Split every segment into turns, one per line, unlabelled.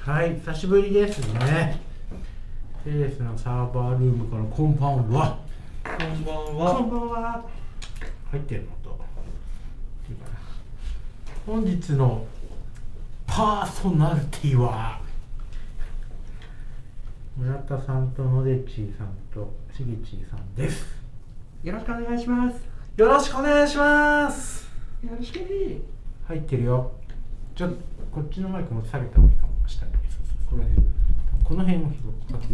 はい、久しぶりですね。テレスのサーバールームからこんばんは。
こんばん
こん
は。
ばんは。入ってるのと。いいかな本日のパーソナリティは、村田さんと野でちーさんとしげちーさんです。
よろしくお願いします。
よろしくお願いします。
よろしく
入ってるよ。ちょっとこっちのマイクも下げた方がいいかもしれない。この辺。この辺を拾って。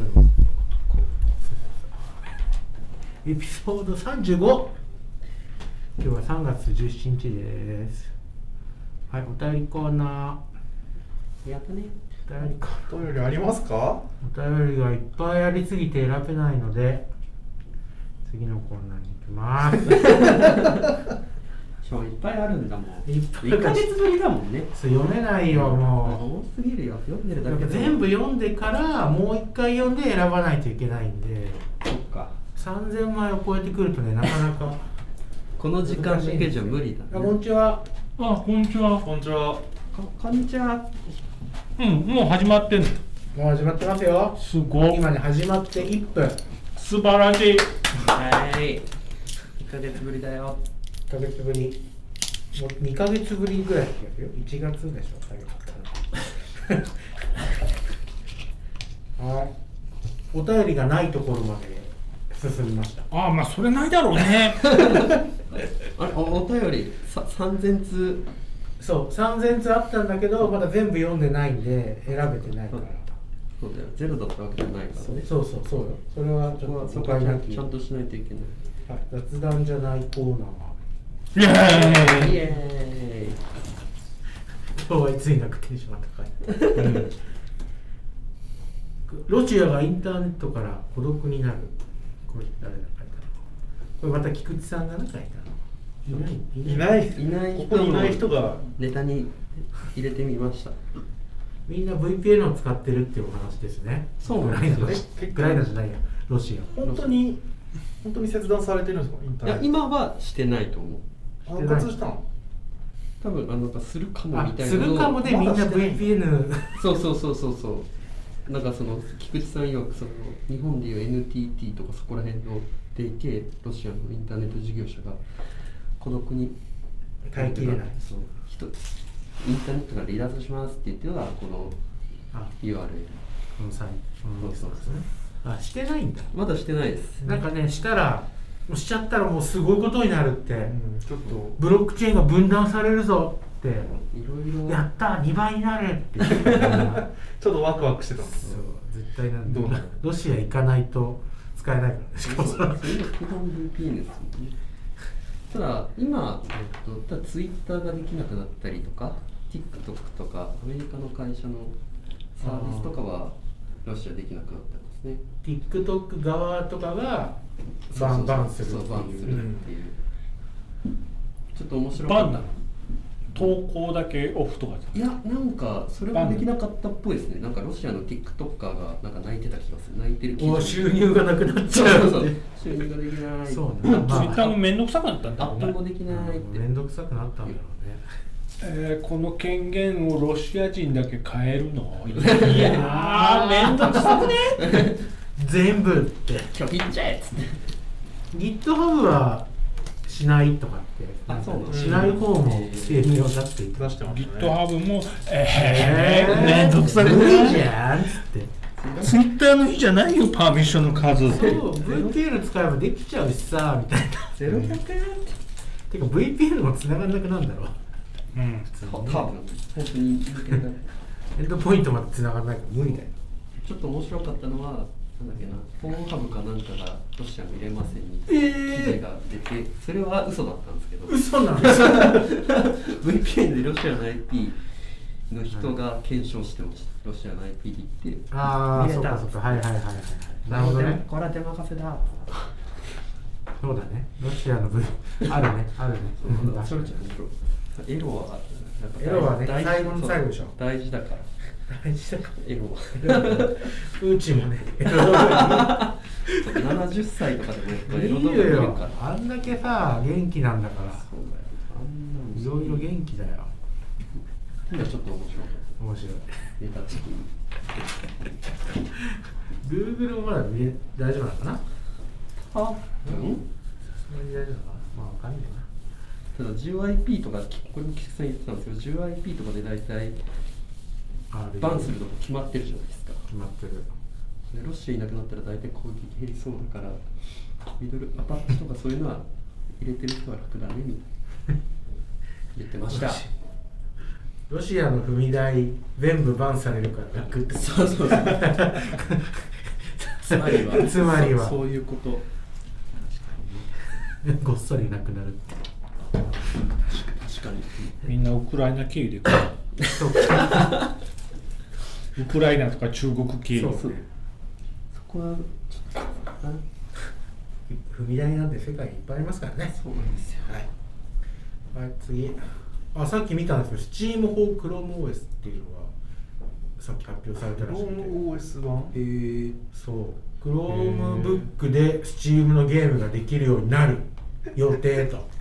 エピソード35今日は3月17日ですはいお便りコーナ
やっとね。
ーお便りコー
お便りありますか
ナーお便りがいっぱいありすぎて選べないので次のコーナーに行きます
しかもいっぱいあるんだもん。
いっぱい
1ヶ月ぶりだもんね。
そう 読めないよも
多すぎるよ。読んでる
う
だ
やっ
け
ぱ
で
全部。読んでからもう一回読んで選ばないといけないんで
そっか。
3000枚を超えてくるとねなかな か
この時間だけじゃ無理だ、
あこん
ね。
にちは
あ、こんにちは。
こんにちは
ここんにちは。
うん、もう始まってんの。
もう始まってますよ
すごい。
今ね始まって1分
素晴らしい。
はい。1ヶ月ぶりだよ。
1ヶ月ぶりもう2ヶ月ぶりぐらいってやるよ1月でしょ最後買ったの はいお便りがないところまで進みました
あ、まあ、それないだろう ね。
あれ、おお便り、さ3000通。
そう3000通あったんだけどまだ全部読んでないんで選べてないから
そうだよ。ゼロだったわけじゃないから
そう
ね。
そうそうそうよそれはち
そこ
ょ
は
っ
そ
と
こはちゃ
なんき
ちゃんとしないといけない。
はい雑談じゃないコーナーは
イエー
イ
イ。
エ
今日はいつになくテンションが高い、うんロシアがインターネットから孤独になるこれ誰が書いたのこれまた菊池さんが書いたのいない
いない
ーイ。いない
こ
人
こ
の
にいない人が
ネタに入れてみました。
みんな VPN を使ってるっていうお話ですね
そう
ウ
な
ク
ん
ラ
で
イ
す
ナ
よ
のウクライナじゃないやロシア
本当に本当に切断されてるんですかインタ
いや
ーネッ
今はしてないと思う
ト反発したの
多分あのなんかするかもみ
あ
たい
す
なの
る
を
かもでみんな VPN
そうそうそうそうそうなんかその菊池さん曰くその日本でいう NTT とかそこら辺のでけえロシアのインターネット事業者が孤独に
耐えきれない
そう人インターネットから離脱しますって言ってるのがこの
あ
URL
この際この
そうそうそう
あしてないんだ
まだしてないです
なんかねしたらもうしちゃったらもうすごいことになるって、
うんちょっと
ブロックチェーンが分断されるぞって
いろいろ
やったー2倍になるって言ってたから
ちょっとワクワクしてたの
そう絶対なんだ
どうなる
ロシア行かないと使えないからねしかも
それが基本 VPN ですもんね。ただ、今、えっと、ただ Twitter ができなくなったりとか、TikTok とか、アメリカの会社のサービスとかは、ロシアできなくなったんですね。
TikTok 側とかが
そ
バ
うそうそ
ン
う
バンするって
そう、バンす
い
る
う
っていう。ちょっと面白か
バ
った
ンなの。投稿だけオフとかじ
いや、なんか、それはできなかったっぽいですね。なんか、ロシアの TikToker が、なんか泣いてた気がする。泣いてる気
お
がす
収
る。
入がなくなっち
そう
ゃ
そううそう
って。
収入ができない。
そうなんだ
ゃ
まあ
ん。ツイッターもめんどくさくなったんだ
ア
もん
ップも
ね。
できないって。
面倒くさくなったんだろうね
えー、この権限をロシア人だけ変えるの。いやー、めんどくさくね。
全部って
拒否っちゃえっつって。
GitHub はしないとかって
あそうなの
しない方も声明を出していた
出してましたね
GitHub も、えー、めんどくさく
無理じ
ね。
ゃんっつって
ツイッターの日じゃないよ、パーミッションの数。
そう VPN 使えばできちゃうしさみた いな
ゼロ百円っ
て
て。
か VPN も繋がんなくなるんだろう
うん。
多分本当に抜けた
エンドポイントまで繋がんないから無理だよ
ちょっと面白かったのはなんだっけなポーンハブかなんかがロシア見れませんに記事
ええ
が出てそれは嘘だったんですけど
ー、嘘なんですか
VPN でロシアの IP の人が検証してましたロシアの IP で言って
ああ
見れ
そったかそっかはいはいはいはいなるほどね
これは手任せだ
そうだねロシアの分あるねあるね
それじゃ面白いエロはやっぱ大事
エロはね
大事
最後の最後でしょ
そう大事だから
大事だか
エ ロは
らうちもね
70歳とかでもやっぱ
い
エロ動画
い
見る
よ
から
あんだけさ元気なんだから
そうだよあんなの
いろいろ元気だよ
今ちょっと面白かっ
面白い
たネタ的に
Google もまだ見れ大丈夫なのかな
あ
さすがに大丈夫かなまあわかんね
ただ 10IP とかここに菊池さん言ってたんですけど 10IP とかで大体
えな。
バンするとこ決まってるじゃないですか
決まってる。
でロシアいなくなったら大体攻撃減りそうだからミドルアパッチとかそういうのは入れてる人は楽だねみたいな 言ってました
ロシロシアの踏み台全部バンされるから楽って。
そうそうそう つまりは
つまりは
そうそういうこと
ごっそりなくなるって。
確かに
みんなウクライナ経由で来 る
そう
ウクライナとか中国経由
そうね。
そこはちょっとな
踏み台なんて世界にいっぱいありますからね。
そうなんですよ
はい。はい、次。あ、さっき見たんですけど、Steam 法 ChromeOS っていうのがさっき発表されたらしくて。
OS 版
えー、
そう、Chromebook で Steam のゲームができるようになる予定と。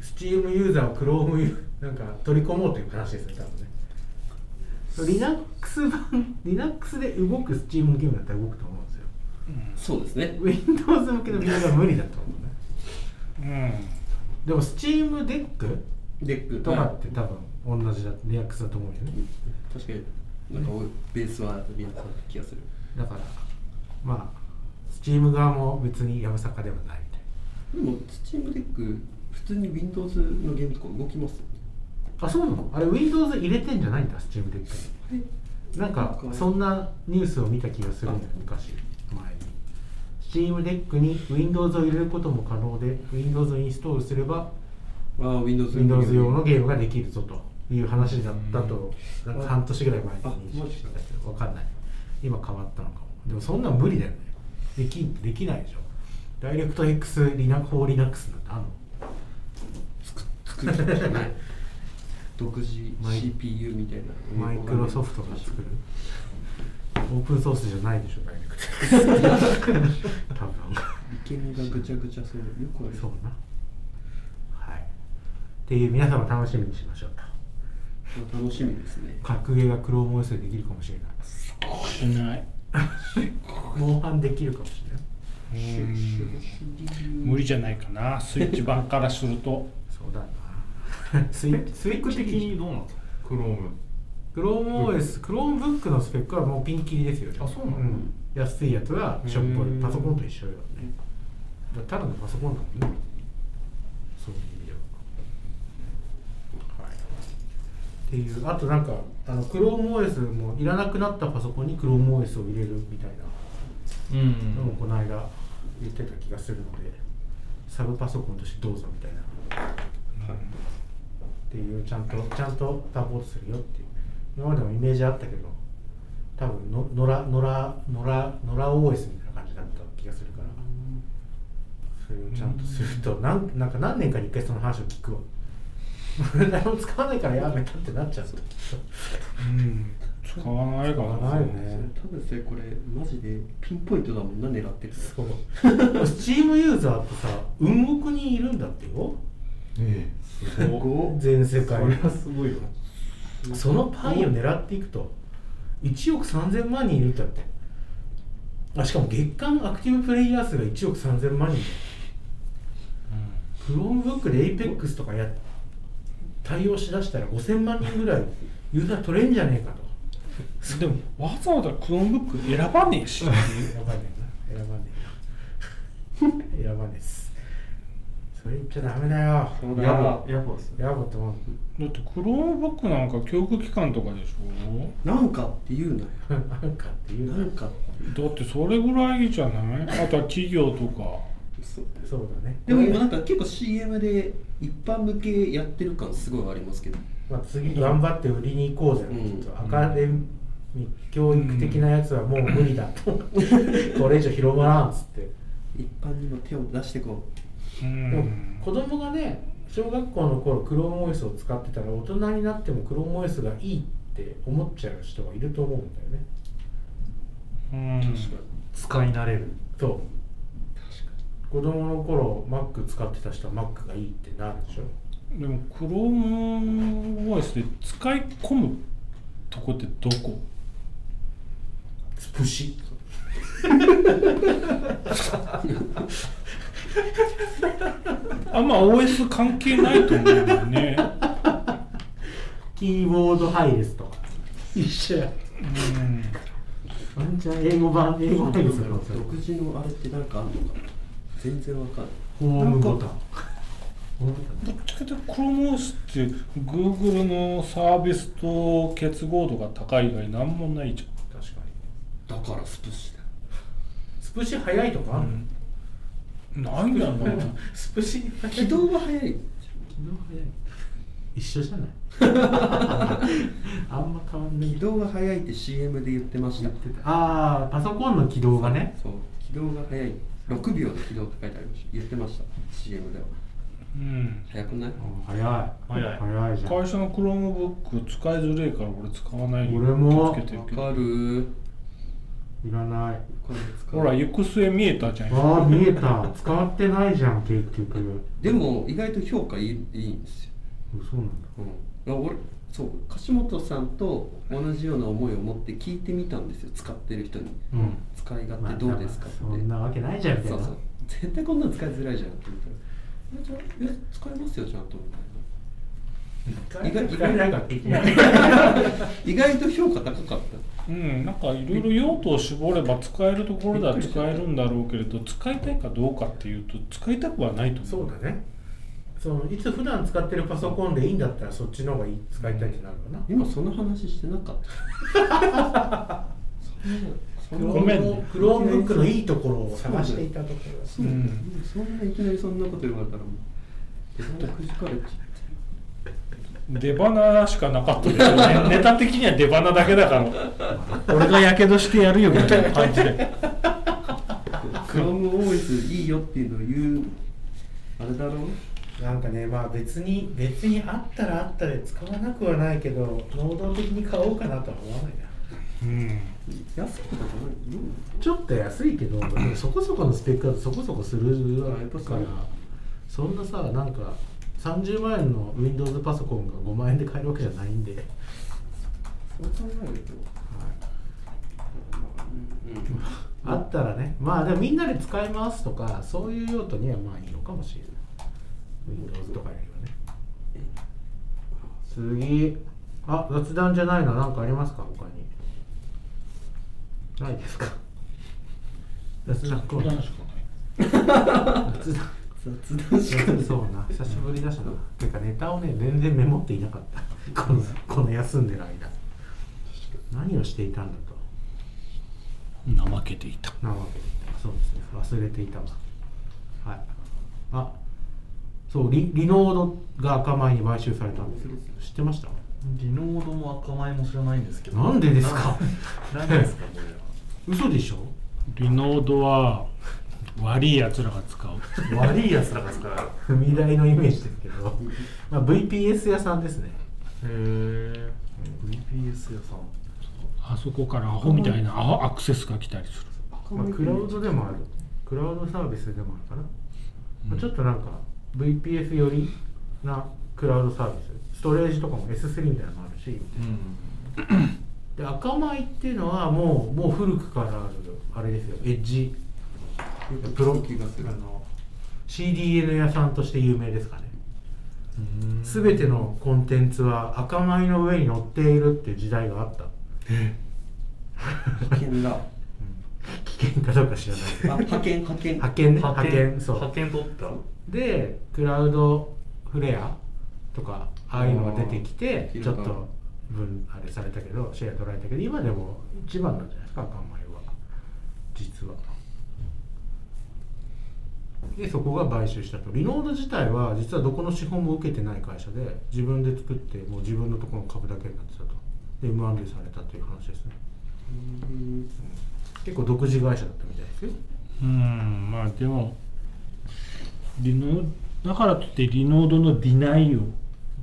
Steam ユーザーを Chrome ユーなんか取り込もうという話ですね、多分ね。そう Linux 版、Linux で動く Steam ゲームだったら動くと思うんですよ。
そうですね
Windows 向けのゲームは無理だと思うね。
うん
でも Steam デック
デック
とかって多分同じだ、リラックスだと思うよね。
確かになんかベースはリアクだった気がする
だから、まあ、Steam 側も別にやぶさかではないみたいな。
でもスチームデック普通に Windows のゲームとか動きますよね
あそうなのあれ Windows 入れてんじゃないんだ Steam デック
え
になんかそんなニュースを見た気がするんだよ昔前に Steam デックに Windows を入れることも可能で Windows をインストールすれば
ああ Windows, のゲーム
Windows 用のゲームができるぞという話だったとなんか半年ぐらい前に認識したけど分かんない今変わったのかもでもそんなん無理だよねできできないでしょダイレクト X リナ for Linux なんてあんの
作るじゃない独自 CPU みたいな
マイクロソフトが作るオープンソースじゃない でしょダイレクト多分
利権がぐちゃぐちゃそうよくある
そうなはいっていう皆様楽しみにしましょう
楽しみですね
格ゲーがクローム OS でできるかもしれない
しない
モンハンできるかもしれない
うん無理じゃないかなスイッチ版からすると
そうだな スイッチスイッ
具
チ
的
的に
にどうなんですか Chrome
クローム OS クロームブックのスペックはもうピンキリですよね
あそうなの
ん安いやつはしょっぽ
へ
い
ー
パソコンと一緒よねだからただのパソコンだもんねそういう意味でははいっていうあとなんかあの ChromeOS もいらなくなったパソコンに ChromeOS を入れるみたいな
うん
のもこの間言ってた気がするのでサブパソコンとしてどうぞみたいなっていうちゃんとちゃんとサポートするよっていう今までもイメージあったけど多分の野良野良野良野良 OS みたいな感じだった気がするからそれをちゃんとするとなんなんか何年かに一回その話を聞くわ 誰も使わないからやめたってなっちゃうぞきっ
うん使わないか
と
ら
ないよ
それ
ね
多分それこれマジでピンポイントだもんな狙ってる
そう スチームユーザーってさ運億人いるんだってよ
ええ
すごっ
全世界
それはすごいわ
そのパイを狙っていくと1億3000万人いるってだってあしかも月間アクティブプレイヤー数が1億3000万人クロームブックで APEX とかや対応しだしたら5000万人ぐらいユーザー取れんじゃねえかと
でもわざわざクロームブック選ばねえし
選ばねえな選ばねえな選ばねえっすそれ言っちゃダメだよ
そうだ
やばやばっすね
やぼと思う
だってクロームブックなんか教育機関とかでしょ
なんかって言うなよ
なんかっていう
なん
の
か
だってそれぐらいじゃないあとは企業とか
そう
そうだね
でも今なんか結構 CM で一般向けやってる感すごいありますけど
まあ、次頑張って売りに行こうぜ、
うん
アカデミック教育的なやつはもう無理だ と、これ以上広まらんっつって、
一般にも手を出してこ
う
でも
ん
子供がね小学校の頃クローム OS を使ってたら大人になってもクローム OS がいいって思っちゃう人がいると思うんだよね
うん
使い慣れる
そう子供の頃 Mac 使ってた人は Mac がいいってなるでしょ
でも Chrome OS で使い込むとこってどこ
スプシ
あんま OS 関係ないと思うよね
キーボード配列とか
一緒や。
うん
ワンチャン英語版英語配列だろうそれ
独自のあれってなんかあんのかな全然わかんない
ホームボタンホーム
どっちかというと ChromeOS って Google のサービスと結合度が高い以外なんもないじゃん
ボタン確かに
だからスプッシュだ
スプシ早いとかあるの、
ないんだな
スプシ早い
軌道は速い
軌道早い一緒じゃない あんま変わんない
軌道が速いって CM で言ってました
ああパソコンの起動がね
そう軌道が速い6秒で軌道って書いてありました言ってました CM では
うん
速くない
うん早い
早い
早いじゃん
会社の Chromebook 使いづれいから俺使わないよ
俺も
気をつけてる
わ
けど
かる
いらない
これ使う
ほら行く末見えたじゃん今
ああ見えた使ってないじゃん結局
でも意外と評価いいいいんですよ、
そうなんだ
うん、俺そう樫本さんと同じような思いを持って聞いてみたんですよ使ってる人に
うん
使い
まあ
勝手どうですかって、
そんなわけないじゃんみたい
そ
な
うそう絶対こんなの使いづらいじゃんって言ったら「えじゃあえ使いますよちゃんと」みたいな意外意外
なんかできない
意外と評価高かった
うんなんかいろいろ用途を絞れば使えるところでは使えるんだろうけれど使いたいかどうかっていうと使いたくはないと
そ
思う
うだねそのいつ普段使ってるパソコンでいいんだったらそっちの方がいい使いたいってなるかな
今その話してなかっ たそんな
ごめんね
クロームブックのいいところを探していたところです
そうだよそんないきなりそんなこと言われたらもう手がくじかれちゃって
出花しかなかったけどねネタ的には出花だけだから俺がやけどしてやるよみたいな感じで
クロム OS いいよっていうのを言うあれだろう
なんかねまあ別に別にあったらあったで使わなくはないけど能動的に買おうかなとは思わないな
うん
安いとかじゃないどう
ちょっと安いけどでもそこそこのスペックだとそこそこするわ
あやっぱ
け
そ
か
う
らそんなさなんか30万円の Windows パソコンが5万円で買えるわけじゃないんで、はい、
そう考えると
あったらねまあでもみんなで使いますとかそういう用途にはまあいいのかもしれない Windows とかよりはね次あ雑談じゃないの何かありますか他にないですか雑談コーナー雑談
雑談しかない
そうな久しぶりだしなてかネタをね全然メモっていなかったこのこの休んでる間何をしていたんだと
怠けていた
なわけでそうですね忘れていたわはいあそうリリノードが赤米に買収されたんですよ知ってました
リノードも赤米も知らないんですけど。
なんでです か
ななんでですかこれは。
嘘でしょ
リノードは悪いやつらが使う
悪いやつらが使う。へ
踏み台のイメージですけ ど、まあ、VPS 屋さんですね
え。VPS 屋さん。
あそこからアホみたいなアホアクセスが来たりする
まあ、クラウドでもあるクラウドサービスでもあるかな、まあ、ちょっとなんか VPS 寄りなクラウドサービスストレージとかも S3 みたいなのもあるし
うん。
で赤米っていうのはもうもう古くからあるあれですよエッジプロ
気がする
あの CDN 屋さんとして有名ですかね
うん
全てのコンテンツは赤米の上に乗っているっていう時代があった
派遣だあ
危険かどうか知らないけど
派遣派遣
派遣ね
派
派
遣
遣そう
派遣取った。
でクラウドフレアとかああいうのが出てきて
あー
ちょっと分あれされたけどシェア取られたけど今でも一番なんじゃないですか赤米は実はでそこが買収したとリノード自体は実はどこの資本も受けてない会社で自分で作ってもう自分のところの株だけになってたとで M&A されたという話ですね
うん
結構独自会社だったみたいですよ
うんまあでもリノだからといってリノードのディナイを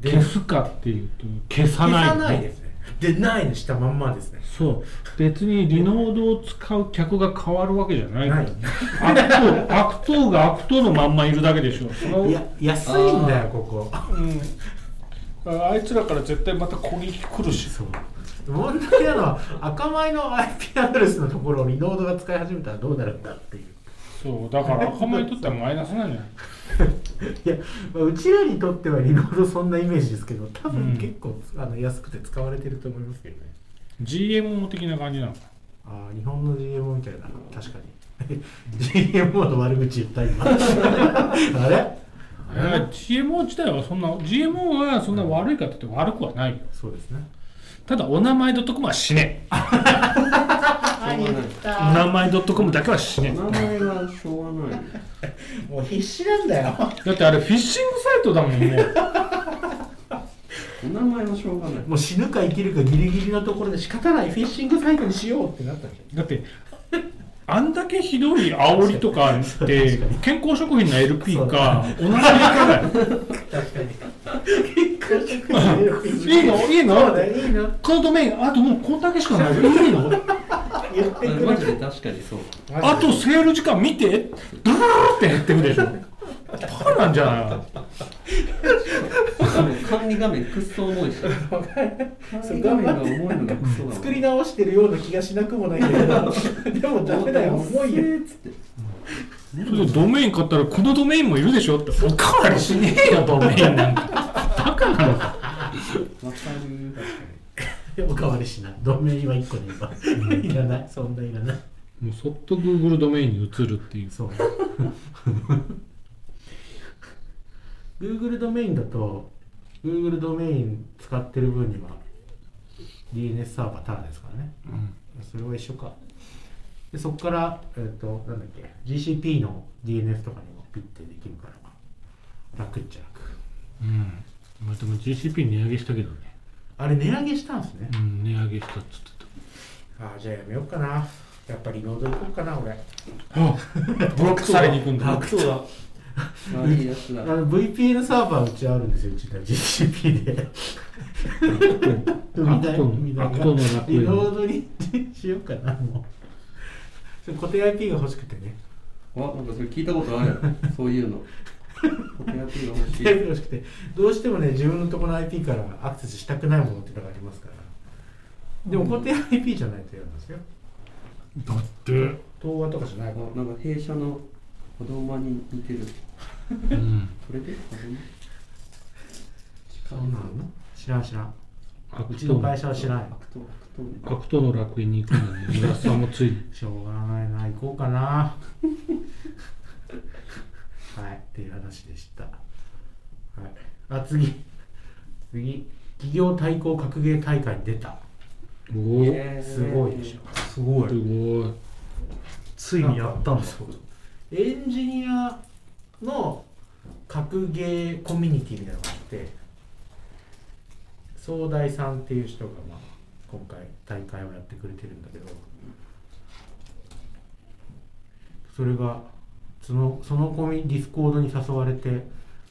消すかっていうと消さない
消さないですねでないにしたまんまですね
そう別にリノードを使う客が変わるわけじゃないから
ない
悪党悪党が悪党のまんまいるだけでしょその
いや安いんだよここ
うんあいつらから絶対また攻撃来るし
そう問題なのは赤米の IP アドレスのところをリノードが使い始めたらどうなるんだっていう
そうだから赤米にとってはマイナスなんじゃない
いや、まあ、うちらにとってはリノードそんなイメージですけど多
うん
分結構、あの安くて使われてると思いますけどね
GMO 的な感じなのか
ああ日本の GMO みたいな確かに GMO の悪口言った今 あれ
いや GMO 自体はそんな GMO はそんな悪いかって言って悪くはないよ
そうですね
ただお名前 .com は死ね
しょうがない
お名前 .com だけは死ね
お名前はしょうがない
もう必死なんだよ
だってあれフィッシングサイトだもんもう
お名前はしょうがない
もう死ぬか生きるかギリギリのところで仕方ないフィッシングサイトにしようってなったんじゃ
だってあんだけひどい煽りとか って健康食品の LP か同じかだよ
確かに結構
いい のいい
そう
の
だよいいの
このドメインあともうこんだけしか ないいいの
言って
あ
く
マ
れ
ジで確かにそう
あとセール時間見てドゥルルルって減ってくでしょバカなんじゃないの
画面管理画面くっそ重いし管理画面が重いのがクソだも ん
作り直してるような気がしなくもないけどでもダメだよ重いよ
っつって
それドメイン買ったらこのドメインもいるでしょっておかわりしねえよドメインなんかバカなのか
わかる
おかわりしないドメインは1個で今いらないそんないらない
もうそっと Google ドメインに移るっていう
そう Google ドメインだと Google ドメイン使ってる分には DNS サーバータダですからね
うん
それは一緒かでそこから、えっとなんだっけ GCP の DNS とかにもピッてできるから楽っちゃ楽
うんまあでも GCP 値上げしたけどね
あれ値上げしたんですね
うん値上げしたっつってた
ああじゃあやめようかなやっぱりノード行こうかな俺
ブロックされに行くんだ
楽そうだ
悪いやつだ
あの VPN サーバーうちあるんですよ、うちで GCP で。
アクトのアクトの楽
リ
園
ロードにしようかな、もう。それ固定 IP が欲しくてね。
あなんかそれ聞いたことあるそういうの固定 IP が欲
固
しい
定 IP が欲しくて、どうしてもね、自分のところの IP からアクセスしたくないものっていうのがありますから。でも固定 IP じゃないと嫌なんですよ。
だって
東和とかじゃない
あ
か
なんか弊社の子供に似てる
うん
それで子供
そうなの知らん知らん。
アク
うち
ト
の
の
会社は知らんよ。
悪党悪党ね
アクトの楽園に行くのに村田さんもついに
しょうがないな行 こうかなはいっていう話でした、はい、あ次次企業対抗格ゲー大会に出た
おおす
へー
すごいでしょ
すご
ご
い
い
ついにやったんだ
エンジニアの格ゲーコミュニティみたいなのがあって総大さんっていう人が、まあ、今回大会をやってくれてるんだけどそれがそのそのコミディスコードに誘われて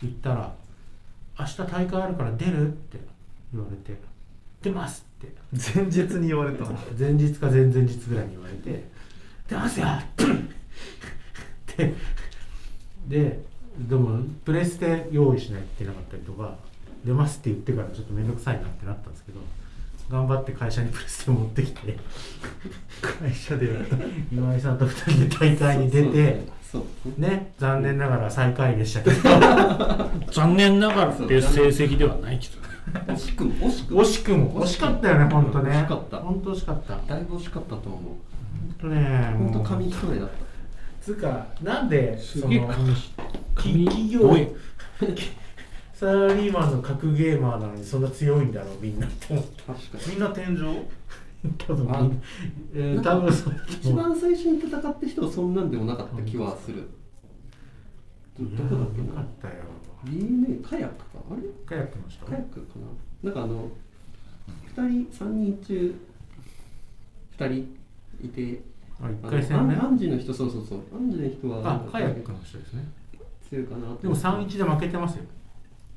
行ったら「明日大会あるから出る?」って言われて「出ます!」って
前日に言われたの
前日か前々日ぐらいに言われて「出ますよ!」ってででもプレステ用意しないといけなかったりとか出ますって言ってからちょっと面倒くさいなってなったんですけど頑張って会社にプレステを持ってきて会社で今井さんと2人で大会に出て
そうそう
ね残念ながら最下位でしたけど
残念ながらっていう成績ではないけどね
惜しくも惜しくも
惜しくも惜しかったよね本当ね
惜しかった
本当惜しかった本
だいぶ惜しかったと思う
当ね
本当
もう
紙一重だった
つうかなんですそ
げえ
の
紙
企業
おい
サラリーマンの格ゲーマーなのにそんな強いんだろうみんなって思った
確か
みんな天井
多分
あ
えー多分そう
に一番最初に戦った人はそんなんでもなかった気はするどどこだっけ
よか
な
ったよ
DNA カヤックかあれ
カヤックの人
カヤックかななんかあの2人3人中2人いて
あ
あ
一
の
回戦目
アンアンジの人そうそうそうアンジの人はなん
あ
か
カヤックの人ですね
強いかなと思って
でも3一で負けてますよ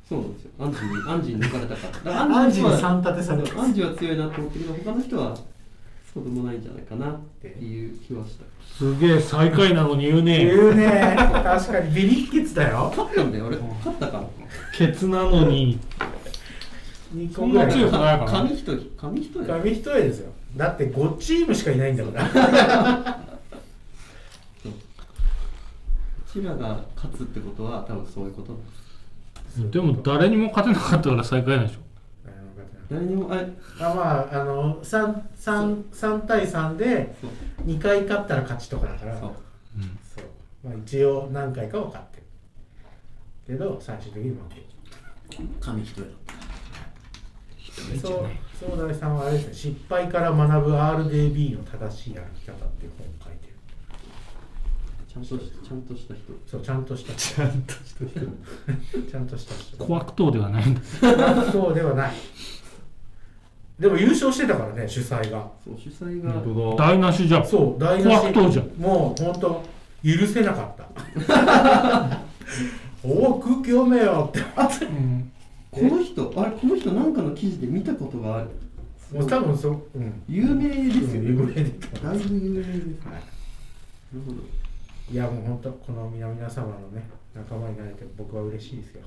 そうなんですよアンジにアンジに抜かれたからだから
アンジに
は
3立てされて
ア ンジは強いなと思ったけど他の人はそうでもないんじゃないかなっていう気はした
すげえ最下位なのに言うね
言うね確かにビリッケツだよ
勝ったんだよ俺勝ったから
ケツなのに
2
そ
個
ん
ぐら
ない強くないから
紙一重紙一重だよ
紙一重ですよだって5チームしかいないんだから
そううちらが勝つってことは多分そういうこと
でも誰にも勝てなかったから最下位なんでしょ
あの分かった
誰にもあれ
あまああの 3, 三三対3で
そう
2回勝ったら勝ちとかだから
そう
うん
そうまあ、一応何回かは勝ってるけど最終的に負ける
紙一重だ
いじ
そ
ゃな
う
い
そう大さんはあれですね失敗から学ぶ RDB の正しい歩き方っていう本を書いてる
ちゃんとしちゃんとした人
そうちゃんとしたちゃんとした人 ちゃんとした人
小悪党ではないんだ
そうではないでも優勝してたからね主催が
そう主催が
本当だ
台無しじゃん
そう大
小悪党じゃん
もう本当許せなかった おお空気読めよって
うん
この人あれこの人なんかの記事で見たことがある
もう多分そううん
有名ですよね
有名です
だいぶ有名です
はい
なるほど
いやもう本当この皆皆様のね仲間になれて僕は嬉しいですよ。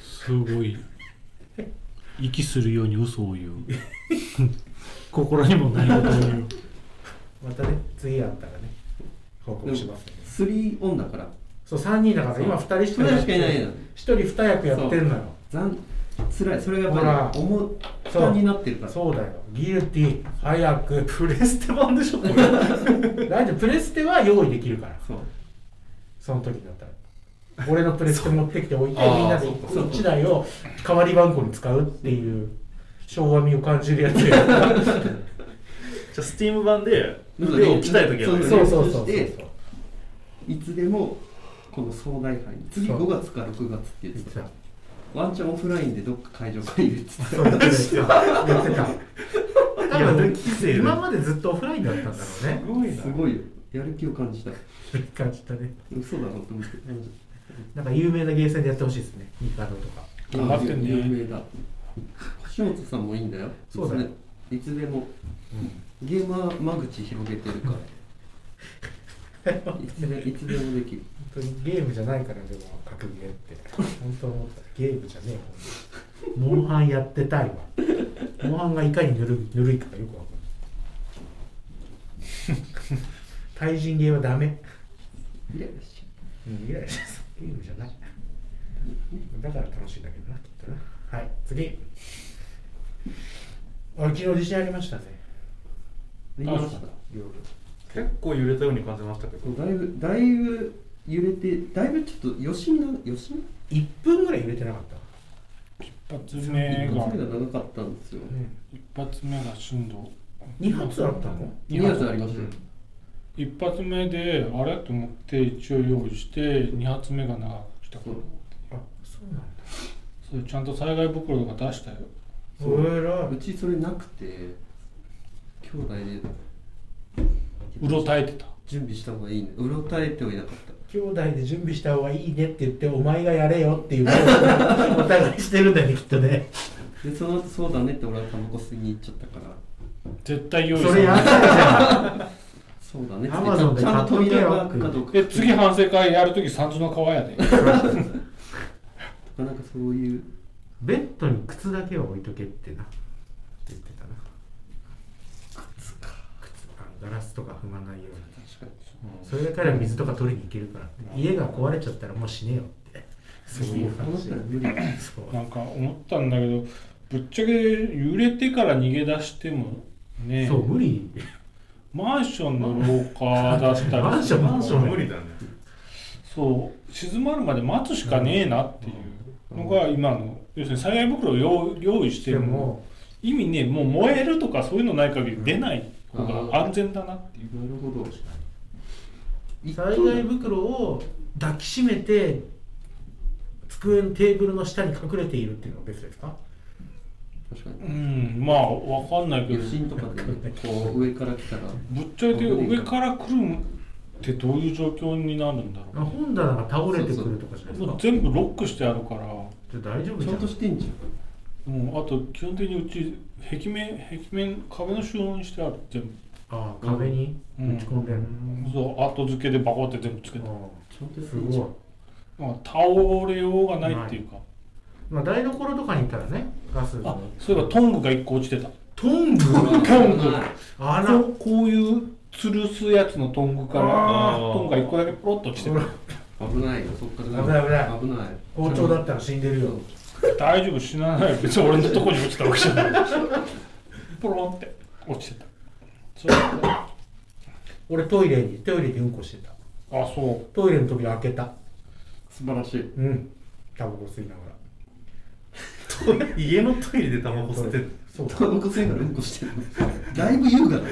すごい息するように嘘を言う心にもないことを言う
またね次あったらね報告しますんで、
3オンだから
そう三人だから
そう
今二人しか
二人しかいないの
一人二役やってんのよ。
残辛いそれがやっぱり重い負
そう
担になってるから
そうだよギルティ早く
プレステ版でしょこ れ
大丈夫プレステは用意できるから
そう
その時だったら俺のプレステ持ってきておいて
そうあー
みんなで
そうか
そうか
一台を代わり番号に使うっていう昭和味を感じるやつや
じゃあスティーム版で腕を鍛えとけばいい
そ
ね
そうそうそうそう
そしていつでもこの総大杯に次
そう
5月か6月って言って
実
た
は
ワンチャンオフラインでどっか会場借りるっつって
そうやってた。やってた。多
や
分
る気勢で
今までずっとオフラインだったんだろうね。
ごい
すごいよやる気を感じた
感じたね。
嘘だろうと思って
なんか有名なゲーセンでやってほしいですね。ミカドとか。
頑張ってんね
有名だ橋本さんもいいんだよ
そうだよ
いつでもゲーマー間口広げてる からいつでいつでもできる
本当にゲームじゃないからでも格ゲーって。本当思った。ゲームじゃねえもん。モンハンやってたいわ。モンハンがいかにぬるぬるいかがよくわかる。対人ゲーはダメ。
イライラしちゃ
うん、イライラしますゲームじゃない。だから楽しいんだけどな、きっとな。はい、次。あ昨日自信ありましたね、
うできました
夜。
結構揺れたように感じましたけど
そうだいぶだいぶ揺れてだいぶちょっとよしみなよしみ
1分ぐらい揺れてなかった。
一発目
一
が
発目が長かったんですよ
一発目が振動
2発あったの
2発ありましたよ
一発目であれと思って一応用意して二発目が長く来たから
あ、そうなんだ。
それちゃんと災害袋とか出したよ
それら
うちそれなくて兄弟で
うろたえてた
準備した方がいいねうろたえてはいなかっ
兄弟で準備した方がいいねって言って、お前がやれよっていう のをお互いしてるんだよね、きっとね。
たでその後そうだねって俺はタバコ吸いに行っちゃったから
絶対用意
それや
な
っ
い
たじゃん。
そうだねっつって
Amazon で
ちゃんと
買っとけ
扉
よ
が開くかどうか
で次反省会やるとき三途の川やで
なかなかそういう
ベッドに靴だけは置いとけってな。言ってたな。
靴か
靴あのガラスとか踏まないように。
確か
それで彼は水とか取りに行けるからって家が壊れちゃったらもう死ねよってそう
に
いう
そうなっ
話
たら無理
そう
なんか思ったんだけどぶっちゃけ揺れてから逃げ出してもね
そう無理
マンションの廊下だったりするから
マンションマンション
無理だね
そう静まるまで待つしかねえなっていうのが今の要するに災害袋を用用意して
で
も
も
意味ねもう燃えるとかそういうのない限り出ない方が安全だなっていう
なるほど一等だ
災害袋を抱きしめて机のテーブルの下に隠れているっていうのは別ですか
確かに
うんまあわかんないけど
余震とかでねこう上から来たら
ぶっちゃけて上から来るってどういう状況になるんだろ
本棚が倒れてくるとかじゃないうです
も
か
う全部ロックしてあるからも
じゃあ大丈夫
ち
じ
ゃ
ゃ
んと
ん
してんじゃん
うあと基本的にうち壁面壁面壁の収納にしてある全部
ああ壁に
うん
打ち込んでる
そう後付けでバコって全部つけ
あ
て
ちゃんと
あ
し
す
てんじゃん
ご
まあ倒れようがないっていうか
まあ、台所とかにいたらねガス
あそういえばトングが1個落ちてた
トング
トング
あら
こうこういう吊るすやつのトングから
あ
トングが1個だけポロッと落ちて
ほら
危ないよそっから
危ない危ない
危ない
包丁だったら死んでるよ
た大丈夫死なないよ別に俺のとこに落ちたわけじゃないポロンって落ちてたそれあ
俺トイレにトイレでうんこしてた
そう
トイレの扉開けた
素晴らしい
うんタバコ吸いながら
家のトイレでタバコ吸ってる
そう
タ バコ吸いながらうんこしてるのだいぶ優雅だね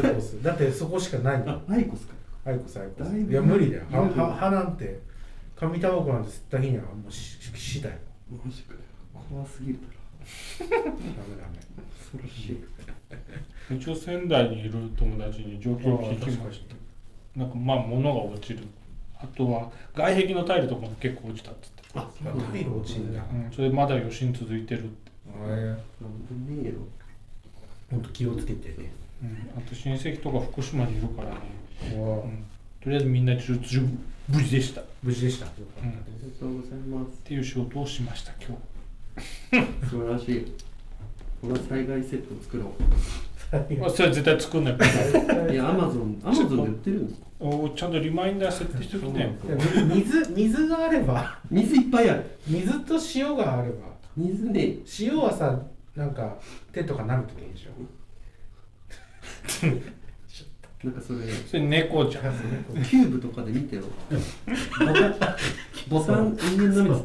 アイコスだってそこしかないんだ
アイコスか
アイコスアイコ
だ
ス
いぶ
いや無理だよ
だいぶ
歯歯なんて紙タバコなんて吸った日にはもうしし死だよ
マジかよ怖すぎるだろ
ダメダメ
恐ろしい
一応仙台にいる友達に状況を聞き
ああ
ま
確
し
か
たなんかまあ物が落ちるあとは外壁のタイルとかも結構落ちたっつって、
あ
あトイレ落ちんだ
な
うん、それまだ余震続いてるって、
え
んでねえよ
ほんと気をつけてね
うん、あと親戚とか福島にいるからね、
お
う
ー
ん、とりあえずみんな十十無事でしたっ
無事でしたよかった
うん
ありがとうございます
ていう仕事をしました今日
素晴らしいこの災害セットを作ろ
まあそれは絶対作んないから
ういやアマゾンアマゾンで売ってるんですか
おちゃんとリマインダー設定しておきね
いやみ水水があれば
水いっぱいある
水と塩があれば
水ねえ
塩はさなんか手とか舐めとけばいいでしょ
なんかそれ
それ猫じゃん
キューブとかで見てよボタンボタン人間のみっ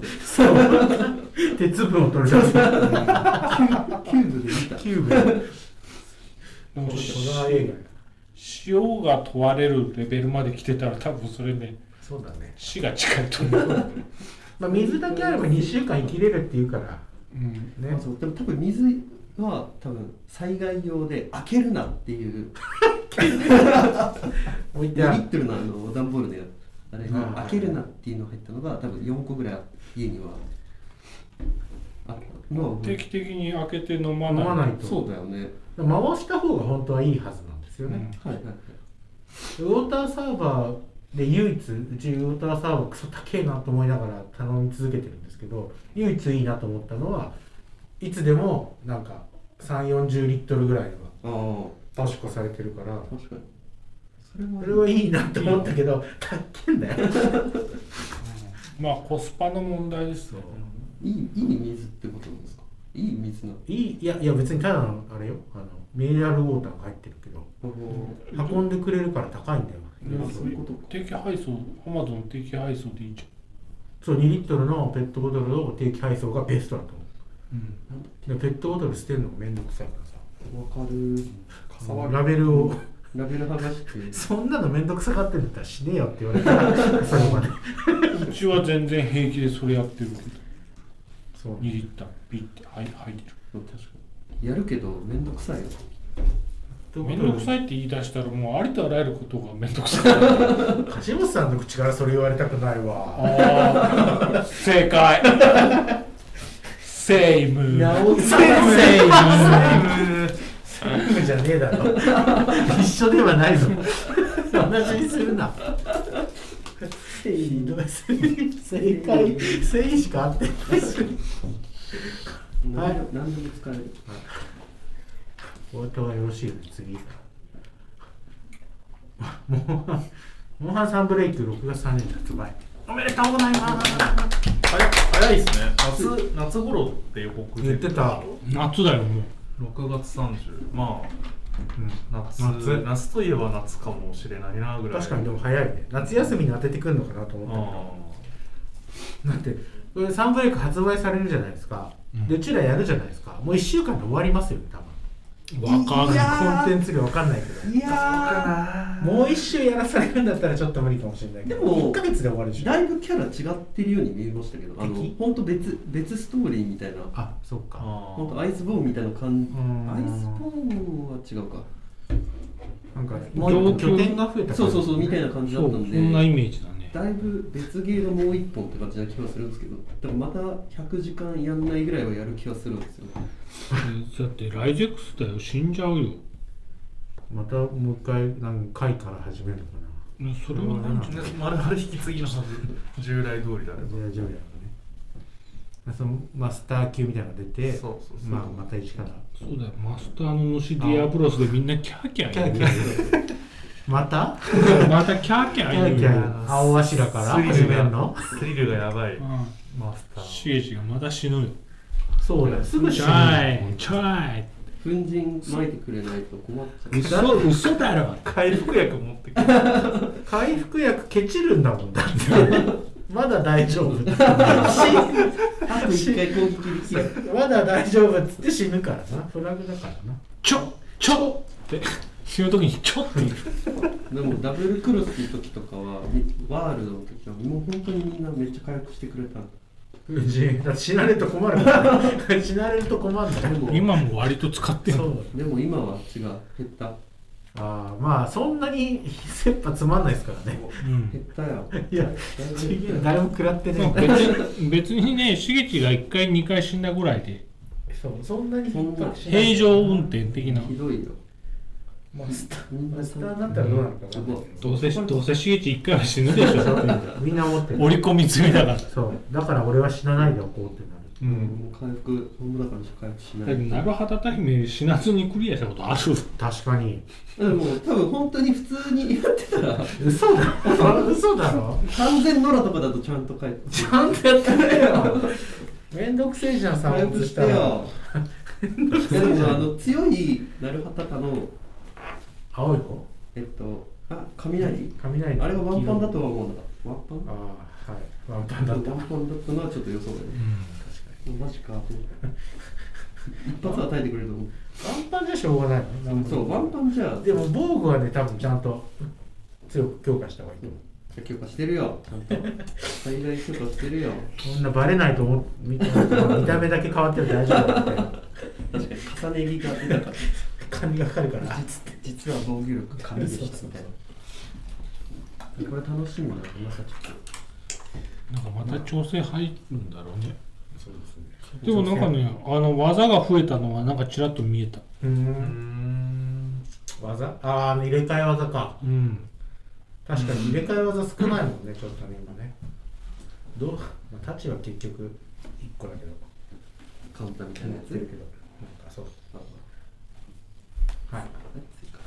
て
鉄分を取り出す
キューブで見た
キューブ
でもし
小川映画
塩が問われるレベルまで来てたら多分それね
そうだね、
死が近いと思う、
まあ、水だけあれば2週間生きれるっていうから
うん、
ね
あそうでも多分水は多分災害用で開けるなっていう
置いて
2
あ
リ
る
ットルのあの段ボールであれに
あー
開けるなっていうのが入ったのが多分4個ぐらい家にはあったのは覚え
定
て
期的に開けて飲まない
飲まないと
そうだよね
回した方が本当はいいはずなんですよね、
はいはいはい
ウォーターサーバーで唯一うちウォーターサーバークソ高えなと思いながら頼み続けてるんですけど唯一いいなと思ったのはいつでもなんか3 4 0リットルぐらいは
ああ
確保されてるから
確かにそれは
それはいいなと思ったけど高えんだよ
まあコスパの問題ですよ、
いいいい水ってことなんですかいい水なの
いいいやいや別にただのあれよあのミネラルウォーターが入ってるけど
あー
運んでくれるから高いんだよ、
うんあそういうことか
定期配送アマゾン定期配送でいいじ
そう2リットルのペットボトルを定期配送がベストだと思
ゃん、うん、
うでペットボトル捨てるのもめんどくさいからさ
わかる
そのラベルを
ラベル剥がして
そんなのめんどくさがってるんだったら死ねよって言われた らそれまで
うちは全然平気でそれやってるけど
そう
2リッターピッてはい入って
確かにやるけどめんどくさいよ
るめんどくさ
い
いって言い出したらもうありとあらゆることがめんどくさい
橋本さんの口からそれ言われたくないわ
ああ正解セイム
おせいせいじゃねえだ ろ一緒ではないぞ同じにするなひどい正解正義しか合ってないし
何
はい
何でも使える
お後はよろしいよね次モンハンモンハンサンブレイク6月3日発売おめでとうございます
早早いですね夏夏頃って予告
言ってた、
夏だよもう
6月30ま
う
あ夏
夏
夏といえば夏かもしれないなぐ
ん、
らい
確かにで
も
も早いね夏休みに当ててくるのかなと思った
あ
だってこれサンブレイク発売されるじゃないですか、でうちらやるじゃないですかもう1週間で終わりますよね多分
わかんな
コ
い
ンテンツ量わかんないけど
いや
もう1週やらされるんだったらちょっと無理かもしれないけど
でも
1ヶ月で終わるでしょ
だいぶキャラ違ってるように見えましたけどあの
敵
本当別別ストーリーみたいな
あそう
あ
か
あ
本当アイスボーンみたいな感じ
うん
アイスボーンは違うか
なんか
もう一個
もう拠点が増えた
そうそうそうみたい
な
な感じだ
そ
っ
う
た
こ
ん
んなイ
で
メージだね
だいぶ別ゲーがもう一本って感じな気はするんですけどでもまた100時間やんないぐらいはやる気はするんですよ
だってライジェクスだよ死んじゃうよ
またもう一回なんか回から始めるのか
それはなん
ね丸々引き継ぎのはず従来通りだ
な
ね
大丈夫やろうねそのマスター級みたいなのが出て
そうそうそう
まあ、また一から
そうだよマスターの虫ディアブロスでみんなキャーキャー
キャ
言
ー
う
キャー言うまた
またキャーキ
キ
ャー
ャ
言
ー
う
キャー言う青柱から始めんの
スリルがやばい。
う
マスタ
ん
ー
シエシがまた死ぬよ
そうだよすぐ死
ち
ぬ
ょいちょい
粉塵撒いてくれないと困っちゃう
嘘嘘だろ
回復薬持っ てくる。
回復薬ケチるんだもんだってまだ大丈夫死
あと一回攻撃できる
まだ大丈夫っつって死ぬからなフラグだからな
ちょちょって死ぬ時にちょって言う
でもダブルクロスの時とかはワールドの時はもう本当にみんなめっちゃ回復してくれたの
無人だって死なれると困るから死なれると困るんだ
で
よ
も
今も割と使ってる
そう
でも今は違う減った
ああまあそんなに切羽つまんないですからね
うん
減ったよ
いやちげえな誰も食らってね
まあ 別に別にね、しげちが1回、2回死んだぐらいで、
えそうそんなに
そんな
平常運転的な、
ひどいよ
マスター
みんな
マス
そ
タ
ん
ーにな
な
ったらどうなるかな、
どうせどうせしげち1回は死ぬでしょって、
みんな思ってる
織り込み済みだから、だ
そうだから俺は死なないでおこうってなる
うん。
もう回復ほんまだからしか回復しな
け
い
ど、なるはたた姫、死なずにクリアしたことある、
確かに
でも多分本当に普通にやってたら
嘘だろ嘘だろ
完全ノラとかだとちゃんと回復
ちゃんとやってくれ よめんどくせえじゃん
回
散
復
髪
し
してたら
よいやでもあの強いなるはたかの
青い方
えっとあ雷
雷の
あれがワンパンだとは思うんだワンパン
ああはいワンパンだ
ワ
っ
ン
た確か
パンだったのはちょっと予想外マジかと思 って一発は耐えてくれると思う
にワンパンじゃしょうがないねなんか
そうワンパンじゃ
でも防具はね多分ちゃんと強く強化した方がいいと思う
強化してるよちゃんと最大強化してるよ
こんなバレないと思う見見た目だけ変わってる大丈夫だみたいな
確かに重ね着が出たから
金がかかるから
実実は防御力神でしたみたいなこれ楽しみだなまさちょっ
なんかまた調整入るんだろうね、
そうですね
でもなんかね、あの技が増えたのは、なんかちらっと見えた、
うー
うー
ん
ん。
技ああ入れ替え技か
うん、
確かに入れ替え技少ないもんねちょっとね今ねどう、まあ、タチは結局一個だけど
とカウンターみたいな
持
や
ってる
つ
けどなんかそう
あ
はい
え追加